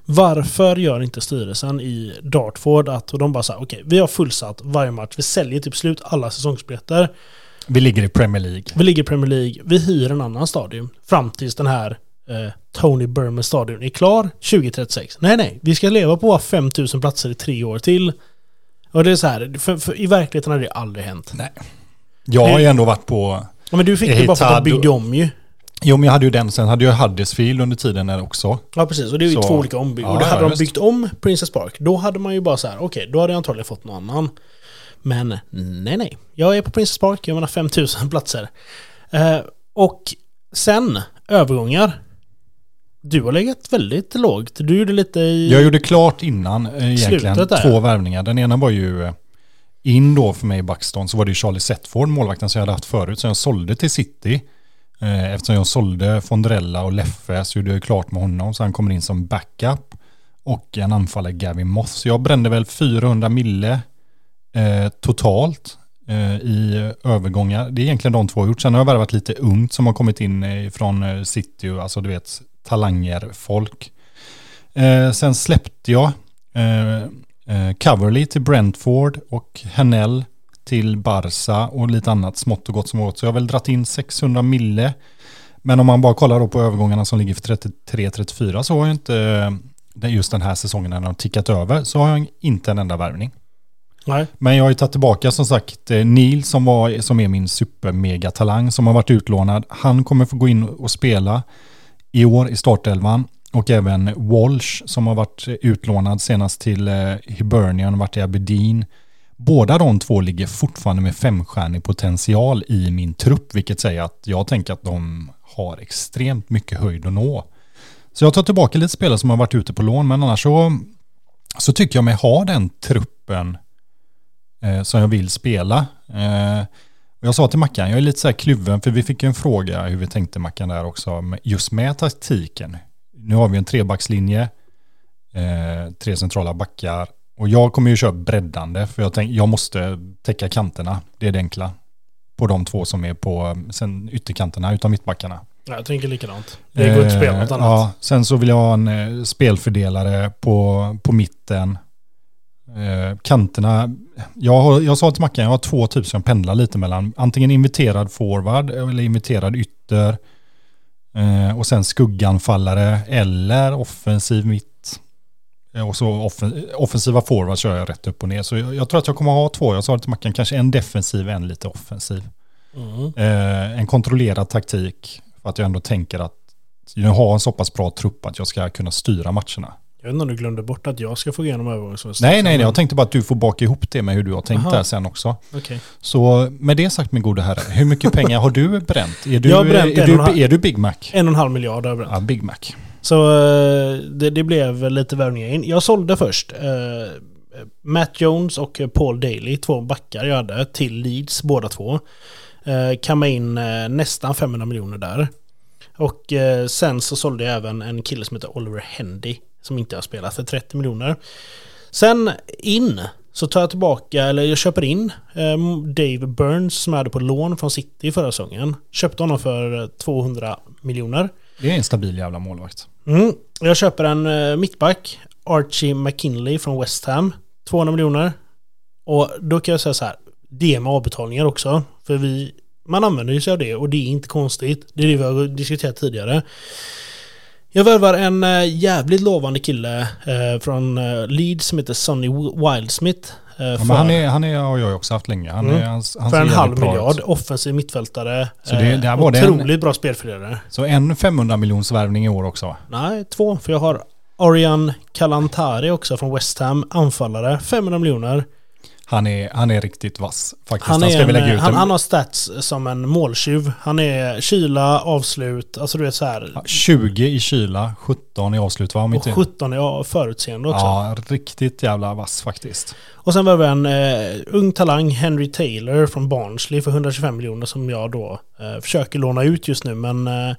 Speaker 1: Varför gör inte styrelsen i Dartford att och de bara säger okej, vi har fullsatt varje match, vi säljer typ slut alla säsongsbiljetter,
Speaker 2: Vi ligger i Premier League.
Speaker 1: vi ligger i Premier League, vi hyr en annan stadion fram tills den här eh, Tony Berman stadion är klar 2036. Nej, nej, vi ska leva på våra 5000 platser i tre år till. Och det är så här, för, för, i verkligheten har det aldrig hänt.
Speaker 2: Nej. Jag har ju ändå varit på...
Speaker 1: Ja, men du fick det bara för att de
Speaker 2: Hitado.
Speaker 1: byggde om ju.
Speaker 2: Jo, men jag hade ju den. Sen hade jag Huddersfield under tiden där också.
Speaker 1: Ja precis, och det är ju
Speaker 2: Så-
Speaker 1: två olika ombygg.
Speaker 2: Ja,
Speaker 1: och då
Speaker 2: ja,
Speaker 1: hade de
Speaker 2: just.
Speaker 1: byggt om Princess Park, då hade man ju bara så här, okej, då hade jag antagligen fått någon annan. Men nej, nej. Jag är på Princess Park, jag menar 5000 platser. Eh, och sen, övergångar. Du har legat väldigt lågt. Du gjorde lite i...
Speaker 2: Jag gjorde klart innan eh, egentligen
Speaker 1: Slutet där.
Speaker 2: två värvningar. Den ena var ju eh, in då för mig i Buxton så var det ju Charlie Setford, målvakten som jag hade haft förut, som jag sålde till City. Eh, Eftersom jag sålde Fondrella och Leffe så gjorde jag ju klart med honom så han kommer in som backup. Och en anfallare Gavin Moss. Så jag brände väl 400 mille eh, totalt eh, i övergångar. Det är egentligen de två jag gjort. Sen har jag värvat lite ungt som har kommit in eh, från eh, City, alltså du vet talanger-folk. Eh, sen släppte jag eh, eh, Coverley till Brentford och Hanell till Barca och lite annat smått och gott som åt. Så jag har väl dratt in 600 mille. Men om man bara kollar då på övergångarna som ligger för 33-34 så har jag inte eh, det- just den här säsongen när de har tickat över så har jag inte en enda värvning.
Speaker 1: Nej.
Speaker 2: Men jag har ju tagit tillbaka som sagt eh, Neil som, var, som är min supermegatalang som har varit utlånad. Han kommer få gå in och spela i år i startelvan. Och även Walsh som har varit eh, utlånad senast till eh, Hibernian och varit i Aberdeen. Båda de två ligger fortfarande med femstjärnig potential i min trupp, vilket säger att jag tänker att de har extremt mycket höjd att nå. Så jag tar tillbaka lite spelare som har varit ute på lån, men annars så, så tycker jag mig ha den truppen eh, som jag vill spela. Eh, och jag sa till Mackan, jag är lite så här kluven, för vi fick ju en fråga hur vi tänkte Mackan där också, med- just med taktiken. Nu har vi en trebackslinje, eh, tre centrala backar och jag kommer ju köra breddande, för jag, tänk, jag måste täcka kanterna, det är det enkla, på de två som är på eh, sen ytterkanterna utan mittbackarna.
Speaker 1: Nej, jag tänker likadant. Det går inte att spela något
Speaker 2: Eh,
Speaker 1: annat.
Speaker 2: Ja, sen så vill jag ha en eh, spelfördelare på, på mitten. Eh, kanterna, jag, har, jag sa till Mackan, jag har två typer som jag pendlar lite mellan. Antingen inviterad forward eller inviterad ytter. Eh, och sen skugganfallare eller offensiv mitt. Eh, Och så offen, offensiva forward kör jag rätt upp och ner. Så jag, jag tror att jag kommer ha två. Jag sa till Mackan, kanske en defensiv, en lite offensiv.
Speaker 1: Mm.
Speaker 2: Eh, en kontrollerad taktik för att jag ändå tänker att jag har en så pass bra trupp att jag ska kunna styra matcherna.
Speaker 1: Jag vet inte om du glömde bort att jag ska få igenom övergångsfönstret.
Speaker 2: Nej, nej, nej, jag tänkte bara att du får baka ihop det med hur du har tänkt
Speaker 1: Aha.
Speaker 2: där sen också.
Speaker 1: Okej.
Speaker 2: Så med det sagt min gode herre, hur mycket pengar har du bränt? Är du,
Speaker 1: Jag har bränt en
Speaker 2: är
Speaker 1: och en halv-
Speaker 2: du, är du Big Mac?
Speaker 1: En och en halv miljard har jag bränt.
Speaker 2: Ja, Big Mac.
Speaker 1: Så eh, det, det blev lite värvningar in. Jag sålde först eh, Matt Jones och Paul Daly, två backar jag hade, till Leeds båda två. Eh, kammade in eh, nästan 500 miljoner där. Och eh, sen så sålde jag även en kille som heter Oliver Hendy, som inte har spelat, för 30 miljoner. Sen in så tar jag tillbaka, eller jag köper in eh, Dave Burns som jag hade på lån från City förra säsongen. Köpte honom för eh, 200 miljoner.
Speaker 2: Det är en stabil jävla målvakt.
Speaker 1: Mm. Jag köper en eh, mittback, Archie McKinley från West Ham, 200 miljoner. Och då kan jag säga så här, det är med avbetalningar också, för vi, man använder ju sig av det och det är inte konstigt. Det är det vi har diskuterat tidigare. Jag värvar en eh, jävligt lovande kille eh, från eh, Leeds som heter Sonny Wi- Wildsmith. eh,
Speaker 2: Ja,
Speaker 1: för-
Speaker 2: men han, är, han är, har jag ju också haft länge. Han
Speaker 1: Mm.
Speaker 2: är, han,
Speaker 1: för
Speaker 2: han ser
Speaker 1: en
Speaker 2: jävligt
Speaker 1: halv
Speaker 2: bra ut.
Speaker 1: miljard, offensiv mittfältare.
Speaker 2: Så det-
Speaker 1: eh,
Speaker 2: där var det en-
Speaker 1: otroligt bra spelfördelare.
Speaker 2: Så en 500 miljons värvning i år också va?
Speaker 1: Nej, två. För jag har Arian Kalantari också från West Ham, anfallare, 500 miljoner.
Speaker 2: Han är, han är riktigt vass faktiskt.
Speaker 1: Han, är
Speaker 2: ska vi lägga
Speaker 1: en,
Speaker 2: ut
Speaker 1: han,
Speaker 2: en-
Speaker 1: han har stats som en måltjuv. Han är kyla, avslut, alltså du vet så här.
Speaker 2: 20 i kyla, 17 i avslut va? Om
Speaker 1: Och
Speaker 2: inte...
Speaker 1: 17 är förutseende också.
Speaker 2: Ja, riktigt jävla vass faktiskt.
Speaker 1: Och sen var vi en eh, ung talang, Henry Taylor från Barnsley för 125 miljoner som jag då eh, försöker låna ut just nu. Men eh,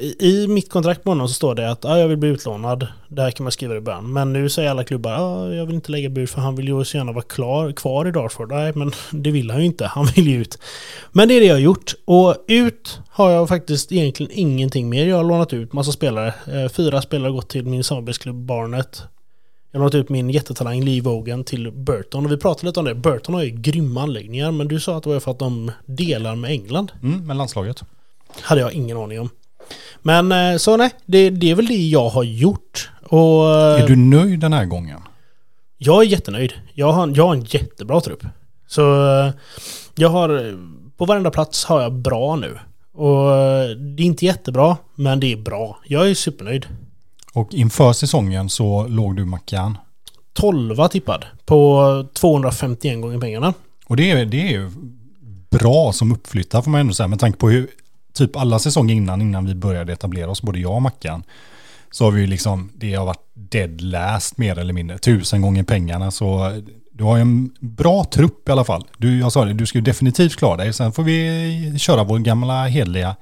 Speaker 1: i, i mitt kontrakt med honom så står det att ah, jag vill bli utlånad. Där kan man skriva det i början. Men nu säger alla klubbar ah, jag vill inte lägga bud för han vill ju så gärna vara klar, kvar i Dartford. Nej, men det vill han ju inte. Han vill ju ut. Men det är det jag har gjort. Och ut har jag faktiskt egentligen ingenting mer. Jag har lånat ut massa spelare. Eh, fyra spelare har gått till min samarbetsklubb Barnet. Jag har lånat ut min jättetalang Lee Vogan till Burton och vi pratade lite om det. Burton har ju grymma anläggningar men du sa att det var för att de delar med England.
Speaker 2: Mm, men landslaget.
Speaker 1: Hade jag ingen aning om. Men eh, så nej, det, det är väl det jag har gjort. Och eh,
Speaker 2: Är du nöjd den här gången?
Speaker 1: jag är jättenöjd. Jag har, jag har en jättebra trupp. Så eh, jag har, eh, på varenda plats har jag bra nu. Och eh, det är inte jättebra, men det är bra. Jag är supernöjd.
Speaker 2: Och inför säsongen så låg du Mackan.
Speaker 1: 12 tippad på 251 gånger pengarna.
Speaker 2: Och det är, det är ju bra som uppflyttare får man ändå säga med tanke på hur typ alla säsonger innan, innan vi började etablera oss, både jag och Mackan, så har vi ju liksom, det har varit dead last mer eller mindre, tusen gånger pengarna så du har ju en bra trupp i alla fall. Du, jag sa det, du ska ju definitivt klara dig, sen får vi köra vår gamla hedliga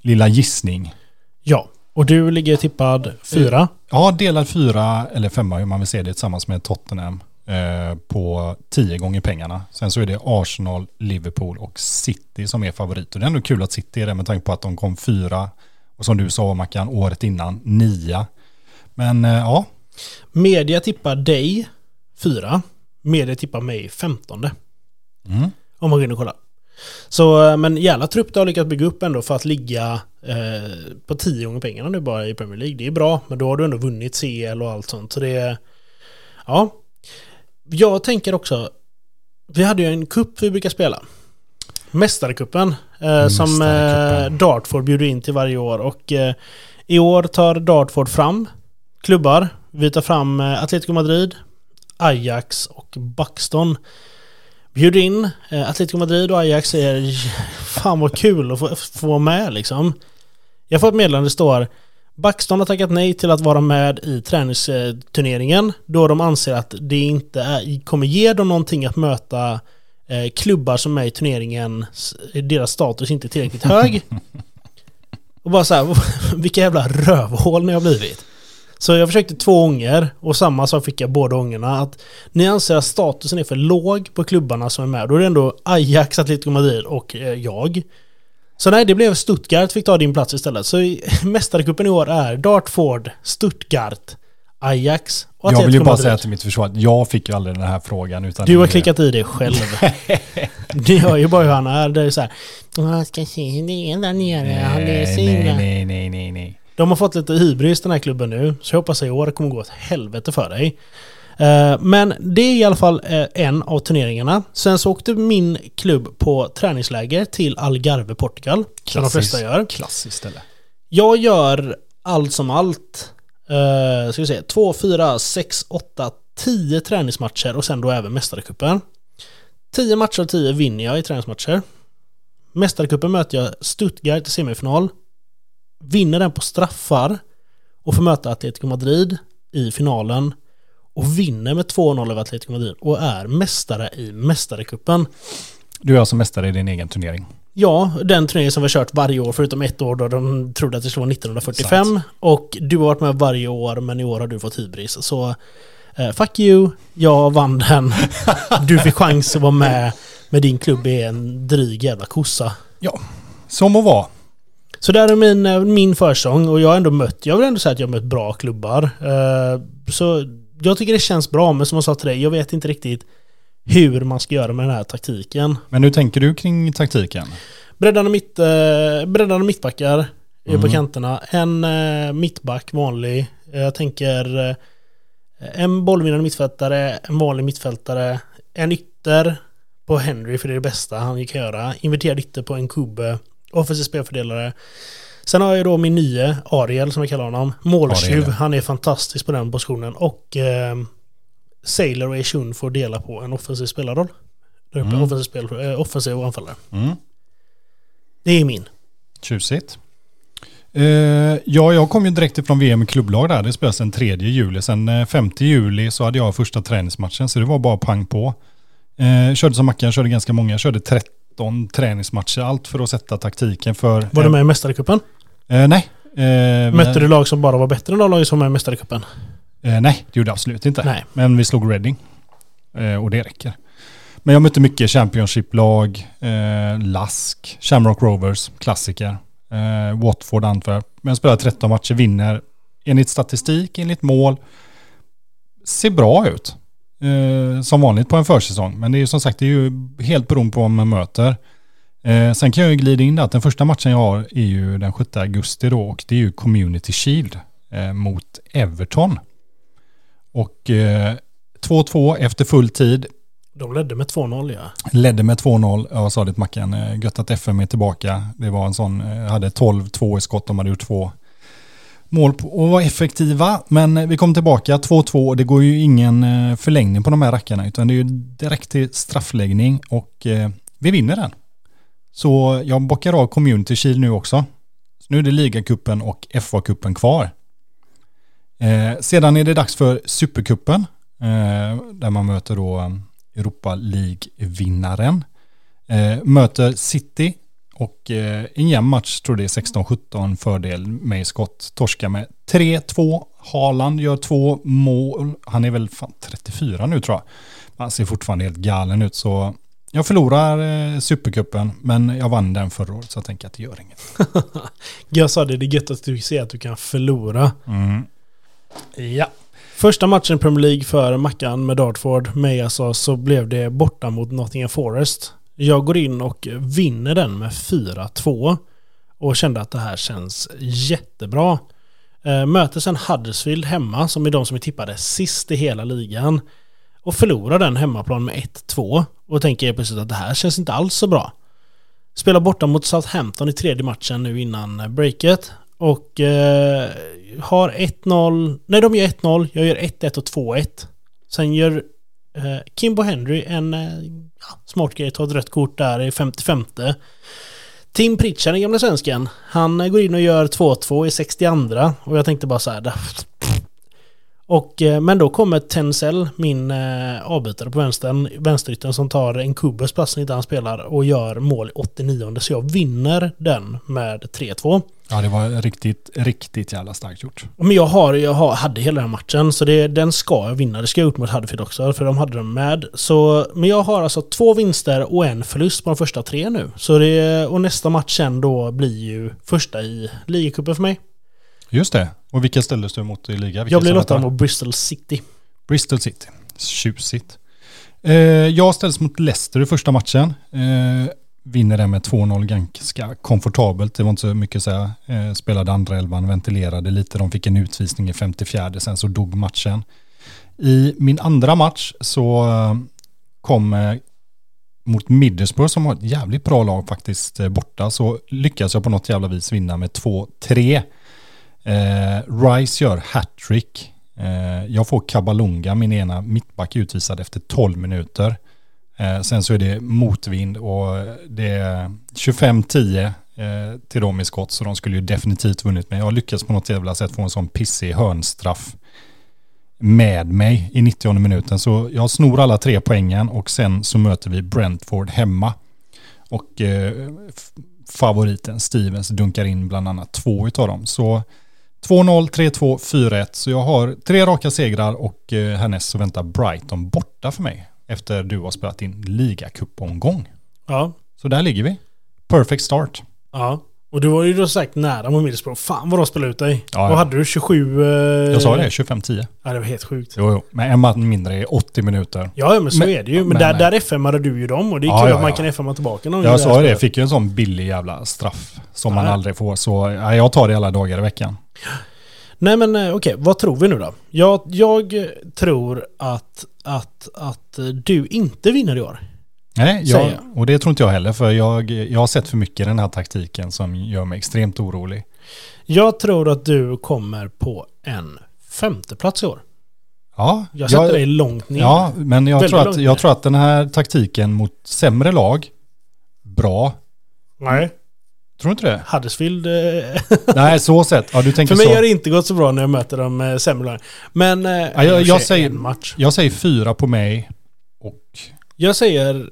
Speaker 2: lilla gissning.
Speaker 1: Ja, och du ligger tippad fyra.
Speaker 2: Ja, delad fyra eller femma hur man vill se det tillsammans med Tottenham eh, på tio gånger pengarna. Sen så är det Arsenal, Liverpool och City som är favoriter. Det är ändå kul att City är det med tanke på att de kom fyra och som du sa Mackan, året innan nia. Men eh, ja,
Speaker 1: Media tippar dig fyra. Media tippar mig femtonde.
Speaker 2: Mm.
Speaker 1: Om man går in och kollar. Så, eh, men jävla trupp du har lyckats bygga upp ändå för att ligga eh, på tio gånger pengarna nu bara i Premier League. Det är bra, men då har du ändå vunnit CL och allt sånt. Så det är... Ja. Jag tänker också... Vi hade ju en cup vi brukar spela. Mästarecupen. Eh, som eh,
Speaker 2: Mästarecupen.
Speaker 1: Dartford bjuder in till varje år. Och eh, i år tar Dartford fram klubbar. Vi tar fram eh, Atletico Madrid, Ajax och Buxton. Bjuder in eh, Atletico Madrid och Ajax är fan vad kul att få, få vara med liksom. Jag får ett meddelande det står Buxton har tackat nej till att vara med i träningsturneringen då de anser att det inte är, kommer ge dem någonting att möta eh, klubbar som är i turneringen, s- deras status inte är tillräckligt hög. Och bara så här, vilka jävla rövhål ni har blivit. Så jag försökte två gånger och samma sak fick jag båda gångerna. Att ni anser att statusen är för låg på klubbarna som är med. Då är det ändå Ajax, Atletico Madrid och eh, jag. Så nej, det blev Stuttgart fick ta din plats istället. Så i- mästarecupen i år är Dartford, Stuttgart, Ajax och
Speaker 2: jag vill ju
Speaker 1: Atletico
Speaker 2: bara
Speaker 1: Madrid.
Speaker 2: säga till mitt försvar att jag fick ju aldrig den här frågan. Utan
Speaker 1: Du har
Speaker 2: Alltså, det-
Speaker 1: klickat i det själv. Det hör ju bara hur han är. Det är så här. Jag ska se hur det är där nere. Han är så
Speaker 2: nej,
Speaker 1: himla.
Speaker 2: nej, nej, nej, nej.
Speaker 1: De har fått lite hybris den här klubben nu. Så jag hoppas att i år kommer gå åt helvete för dig. Eh, Men det är i alla fall eh, en av turneringarna. Sen så åkte min klubb på träningsläger till Algarve, Portugal. Som de flesta gör.
Speaker 2: Klassiskt ställe.
Speaker 1: Jag gör allt som allt Eh, ska vi se, 2, 4, 6, 8, 10 träningsmatcher och sen då även Mästarecupen. 10 matcher av 10 vinner jag i träningsmatcher. Mästarecupen möter jag Stuttgart i semifinal. Vinner den på straffar och får möta Atletico Madrid i finalen och vinner med 2-0 över Atletico Madrid och är mästare i Mästarecupen.
Speaker 2: Du är alltså mästare i din egen turnering.
Speaker 1: Ja, den turnering som vi har kört varje år förutom ett år då de trodde att det skulle vara 1945 och du har varit med varje år men i år har du fått hybris. Så eh, fuck you, jag vann den. Du fick chans att vara med med din klubb i en dryg jävla kossa.
Speaker 2: Ja, som att vara.
Speaker 1: Så där är min, eh, min försång och jag har ändå mött, jag vill ändå säga att jag har mött bra klubbar. Eh, så jag tycker det känns bra men som jag sa till dig, jag vet inte riktigt hur man ska göra med den här taktiken.
Speaker 2: Men hur tänker du kring taktiken?
Speaker 1: Breddande, mitt, eh, breddande mittbackar eh,
Speaker 2: Mm.
Speaker 1: på kanterna. En eh, mittback, vanlig. Eh, Jag tänker eh, en bollvinnande mittfältare, en vanlig mittfältare, en ytter på Henry för det är det bästa han kan göra. Inverterad ytter på en kubbe, offensiv spelfördelare. Sen har jag då min nye, Ariel som jag kallar honom.
Speaker 2: Ariel,
Speaker 1: Måltjuv,
Speaker 2: ja.
Speaker 1: han är fantastisk på den positionen. Och eh, Sailor och Eshun får dela på en offensiv spelarroll. Där uppe, Offensiv, spel, eh, offensiv och anfallare.
Speaker 2: Mm.
Speaker 1: Det är min.
Speaker 2: Tjusigt. Eh, ja, jag kom ju direkt ifrån VM i klubblag där. Det spelades den 3 juli. Sen eh, 5 juli så hade jag första träningsmatchen, så det var bara pang på. Eh, körde som Mackan, körde ganska många. Körde 13 träningsmatcher, allt för att sätta taktiken för...
Speaker 1: Var du med i Mästarecupen?
Speaker 2: Eh, nej. Eh, vi-
Speaker 1: Mötte du lag som bara var bättre än de lag som var med i Mästarecupen?
Speaker 2: Eh, nej, det gjorde jag absolut inte.
Speaker 1: Nej.
Speaker 2: Men vi slog Reading. Eh, och det räcker. Men jag mötte mycket Championship-lag, eh, Lask, Shamrock Rovers, klassiker. Eh, Watford, Antwerp. Men jag spelar 13 matcher, vinner enligt statistik, enligt mål. Ser bra ut. Eh, som vanligt på en försäsong. Men det är ju som sagt, det är ju helt beroende på vem man möter. Eh, sen kan jag ju glida in där att den första matchen jag har är ju den 6 augusti då och det är ju Community Shield eh, mot Everton. Och eh, 2-2 efter full tid.
Speaker 1: De ledde med 2-0 ja.
Speaker 2: Ledde med 2-0. Jag sa det till Mackan, eh, gött att FM är tillbaka. Det var en sån, eh, hade 12-2 i skott, de hade gjort två mål på, och var effektiva. Men eh, vi kom tillbaka 2-2 och det går ju ingen eh, förlängning på de här rackarna utan det är ju direkt till straffläggning och eh, vi vinner den. Så jag bockar av Community Shield nu också. Så nu är det ligacupen och FA-cupen kvar. Eh, sedan är det dags för Supercupen. Eh, där man möter då eh, Europa League-vinnaren. Eh, möter City och eh, en jämn match tror det är 16-17 fördel med i skott. Torskar med 3-2. Haaland gör två mål. Han är väl fan 34 nu tror jag. Han ser fortfarande helt galen ut så jag förlorar eh, Supercupen men jag vann den förra året så jag tänker att det gör inget.
Speaker 1: Jag sa det, det är gött att du ser att du kan förlora.
Speaker 2: Ja.
Speaker 1: Första matchen i Premier League för Mackan med Dartford, mig alltså, så blev det borta mot Nottingham Forest. Jag går in och vinner den med 4-2 och kände att det här känns jättebra. Eh, Möter sen Huddersfield hemma, som är de som är tippade sist i hela ligan. Och förlorar den hemmaplan med 1-2 och tänker helt plötsligt att det här känns inte alls så bra. Spelar borta mot Southampton i tredje matchen nu innan breaket. Och eh, har 1-0, nej de gör 1-0, jag gör 1-1 och 2-1. Sen gör eh, Kimbo Henry en eh, ja, smart grej, tar ett rött kort där i 55. Tim Pritchard, den gamla svensken, han eh, går in och gör 2-2 i 62 och jag tänkte bara så här. "Där, och, eh, men då kommer Tencel, min eh, avbytare på vänstern, vänsterytten som tar en kubbes plats när inte han spelar och gör mål i 89 så jag vinner den med 3-2.
Speaker 2: ja, det var riktigt, riktigt jävla starkt gjort.
Speaker 1: Men jag, har, jag har, hade hela den här matchen, så det, den ska jag vinna. Det ska jag ut mot Huddersfield också, för de hade den med. Så, men jag har alltså två vinster och en förlust på de första tre nu. Så det, och nästa match sen då blir ju första i ligacupen för mig.
Speaker 2: Just det. Och vilka ställdes du mot i liga? Vilka
Speaker 1: jag blir
Speaker 2: ställdes
Speaker 1: lottad
Speaker 2: du?
Speaker 1: mot Bristol City.
Speaker 2: Bristol City. Tjusigt. Eh, jag ställs mot Leicester i första matchen. Eh, vinner den med 2-0 ganska komfortabelt. Det var inte så mycket att säga. Eh, spelade andra elvan, ventilerade lite. De fick en utvisning i 54, sen så dog matchen. I min andra match så eh, kom eh, mot Middlesbrough som har ett jävligt bra lag faktiskt eh, borta så lyckas jag på något jävla vis vinna med 2-3. Eh, Rice gör hattrick. Eh, jag får Kabalunga, min ena mittback, utvisad efter 12 minuter. Eh, sen så är det motvind och det är 25-10 eh, till dem i skott så de skulle ju definitivt vunnit men jag lyckas på något jävla sätt få en sån pissig hörnstraff med mig i 90 minuten så jag snor alla tre poängen och sen så möter vi Brentford hemma och eh, f- favoriten Stevens dunkar in bland annat två utav dem så 2-0, 3-2, 4-1 så jag har tre raka segrar och eh, härnäst så väntar Brighton borta för mig efter du har spelat in ligacupomgång.
Speaker 1: Ja.
Speaker 2: Så där ligger vi. Perfect start.
Speaker 1: Ja. Och du var ju då sagt nära mot Middlesbrough. Fan vad de spelade ut dig.
Speaker 2: Ja, ja.
Speaker 1: Vad hade du? 27... Eh...
Speaker 2: Jag sa det, 25-10.
Speaker 1: Ja, det var helt sjukt.
Speaker 2: Jo, jo. Men en man mindre i 80 minuter.
Speaker 1: Ja, ja, men så
Speaker 2: Men-
Speaker 1: är det ju. Men,
Speaker 2: men-
Speaker 1: där,
Speaker 2: men-
Speaker 1: där FMade du ju dem och det är
Speaker 2: Ja,
Speaker 1: kul
Speaker 2: ja,
Speaker 1: att man
Speaker 2: ja.
Speaker 1: kan FMa tillbaka någon. i
Speaker 2: Jag
Speaker 1: här
Speaker 2: sa ju det,
Speaker 1: spelet.
Speaker 2: fick ju en sån billig jävla straff som man
Speaker 1: Ja.
Speaker 2: aldrig får. Så ja, jag tar det alla dagar i veckan.
Speaker 1: Nej men eh, okej, vad tror vi nu då? Jag, jag eh, tror att, att, att eh, du inte vinner i år.
Speaker 2: Nej, jag,
Speaker 1: Säger jag.
Speaker 2: och det tror inte jag heller, för jag, jag har sett för mycket i den här taktiken som gör mig extremt orolig.
Speaker 1: Jag tror att du kommer på en femteplats i år.
Speaker 2: Ja,
Speaker 1: Jag sätter
Speaker 2: jag-
Speaker 1: dig långt ner.
Speaker 2: Ja, men jag
Speaker 1: Väldigt
Speaker 2: tror,
Speaker 1: långt
Speaker 2: att,
Speaker 1: ner.
Speaker 2: jag tror att den här taktiken mot sämre lag, bra.
Speaker 1: Nej.
Speaker 2: Tror du inte det?
Speaker 1: Huddersfield... eh,
Speaker 2: Nej, så sett. Ja, du tänker
Speaker 1: För mig
Speaker 2: så.
Speaker 1: har det inte gått så bra när jag möter de eh, sämre lagen. Men... eh,
Speaker 2: jag-
Speaker 1: i och för
Speaker 2: jag
Speaker 1: sig
Speaker 2: säger-
Speaker 1: En match.
Speaker 2: Jag säger fyra på mig och
Speaker 1: Jag säger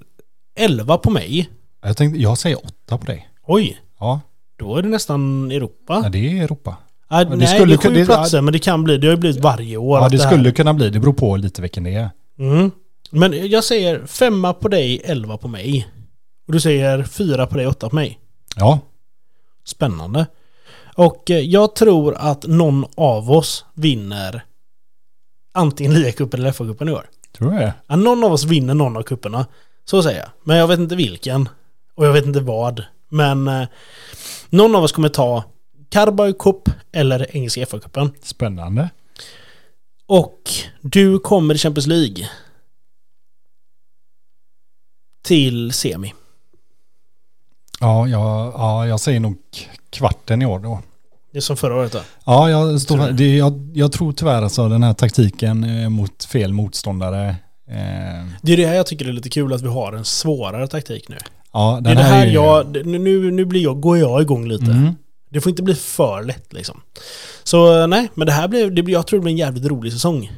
Speaker 1: 11 på mig.
Speaker 2: jag, tänkte, jag säger åtta på dig.
Speaker 1: Oj,
Speaker 2: Ja,
Speaker 1: då är det nästan Europa.
Speaker 2: ja, det är Europa.
Speaker 1: Ah,
Speaker 2: det
Speaker 1: nej,
Speaker 2: skulle
Speaker 1: det är
Speaker 2: kun-
Speaker 1: sju
Speaker 2: det-
Speaker 1: platser, men det kan bli. Det har ju blivit varje år.
Speaker 2: Ja,
Speaker 1: att
Speaker 2: det
Speaker 1: här-
Speaker 2: skulle kunna bli. Det beror på lite vilken det är.
Speaker 1: Mm. Men jag säger femma på dig, elva på mig. Och du säger fyra på dig, åtta på mig.
Speaker 2: Ja,
Speaker 1: Spännande. Och eh, jag tror att någon av oss vinner antingen liacupen eller FA-cupen i år.
Speaker 2: tror jag det.
Speaker 1: Ja, någon av oss vinner någon av cuperna. Så säger jag. Men jag vet inte vilken. Och jag vet inte vad. Men eh, någon av oss kommer ta Carabao Cup eller Engelska FA-cupen.
Speaker 2: Spännande.
Speaker 1: Och du kommer i Champions League till semi.
Speaker 2: Ja, jag, ja, jag säger nog k- kvarten i år då.
Speaker 1: Det är som förra året då.
Speaker 2: Ja, jag,
Speaker 1: Tror
Speaker 2: står,
Speaker 1: du?
Speaker 2: det, jag, jag tror tyvärr alltså den här taktiken eh, mot fel motståndare. Eh,
Speaker 1: Det är det här jag tycker är lite kul att vi har en svårare taktik nu.
Speaker 2: ja, den
Speaker 1: det är det här
Speaker 2: är ju-
Speaker 1: jag, nu, nu blir jag, går jag igång lite.
Speaker 2: Mm.
Speaker 1: Det får inte bli för lätt liksom. Så eh, nej, men det här blir, det blir, jag tror det blir en jävligt rolig säsong.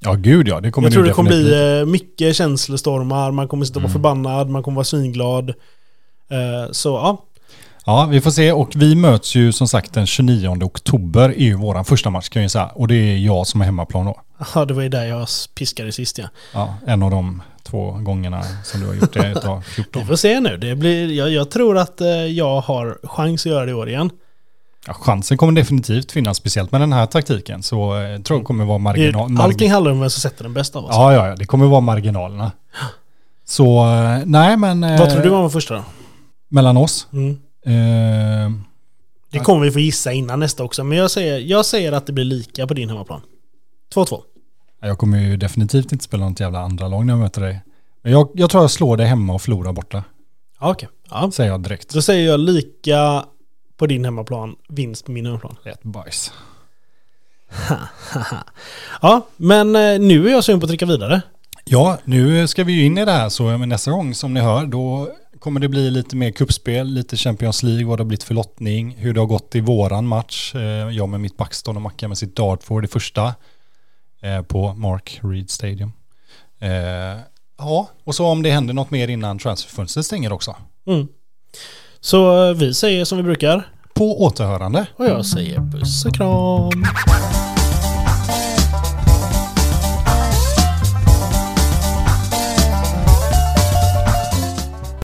Speaker 2: Ja, gud ja. Det kommer
Speaker 1: jag tror
Speaker 2: ju
Speaker 1: det kommer
Speaker 2: definitivt Mm.
Speaker 1: bli eh, mycket känslostormar, man kommer sitta och vara förbannad, man kommer vara svinglad. Eh, så ja,
Speaker 2: Ja, vi får se. Och vi möts ju som sagt den 29 oktober är ju våran första match kan jag ju säga. Och det är jag som är hemmaplan då.
Speaker 1: Ja, det var ju där jag piskade sist ja.
Speaker 2: Ja, en av de två gångerna som du har gjort det utav
Speaker 1: Vi
Speaker 2: 14.
Speaker 1: får se nu. Det blir, jag, jag tror att eh, jag har chans att göra det i år igen.
Speaker 2: Ja, chansen kommer definitivt finnas, speciellt med den här taktiken. Så eh, tror jag kommer vara
Speaker 1: Det,
Speaker 2: marginal.
Speaker 1: allting handlar om vem som sätter den bästa av oss.
Speaker 2: Ja, ja, ja, det kommer vara marginalerna. Så eh, nej, men... eh,
Speaker 1: Vad tror du om den första då?
Speaker 2: Mellan oss?
Speaker 1: Mm.
Speaker 2: Eh,
Speaker 1: Det kommer vi få gissa innan nästa också. Men jag säger, jag säger att det blir lika på din hemmaplan. 2-2.
Speaker 2: jag kommer ju definitivt inte spela något jävla andra lag när jag möter dig. Men jag, jag tror jag slår dig hemma och förlorar borta.
Speaker 1: Ja, okej. Ja.
Speaker 2: Säger jag direkt.
Speaker 1: Då säger jag lika på din hemmaplan, vinst på min hemmaplan.
Speaker 2: Ett bajs.
Speaker 1: Ja, men eh, nu är jag sugen på att trycka vidare.
Speaker 2: Ja, nu ska vi ju in i det här så ja, men nästa gång som ni hör då kommer det bli lite mer kuppspel, lite Champions League, vad det har blivit för lottning, hur det har gått i våran match. Eh, Jag med mitt Backstone och Mackan med sitt Dartford i första eh, på Mark Reed Stadium. Eh, Ja, och så om det händer något mer innan transferfönstret stänger också.
Speaker 1: Mm. Så eh, vi säger som vi brukar.
Speaker 2: På återhörande.
Speaker 1: Och jag säger puss och kram.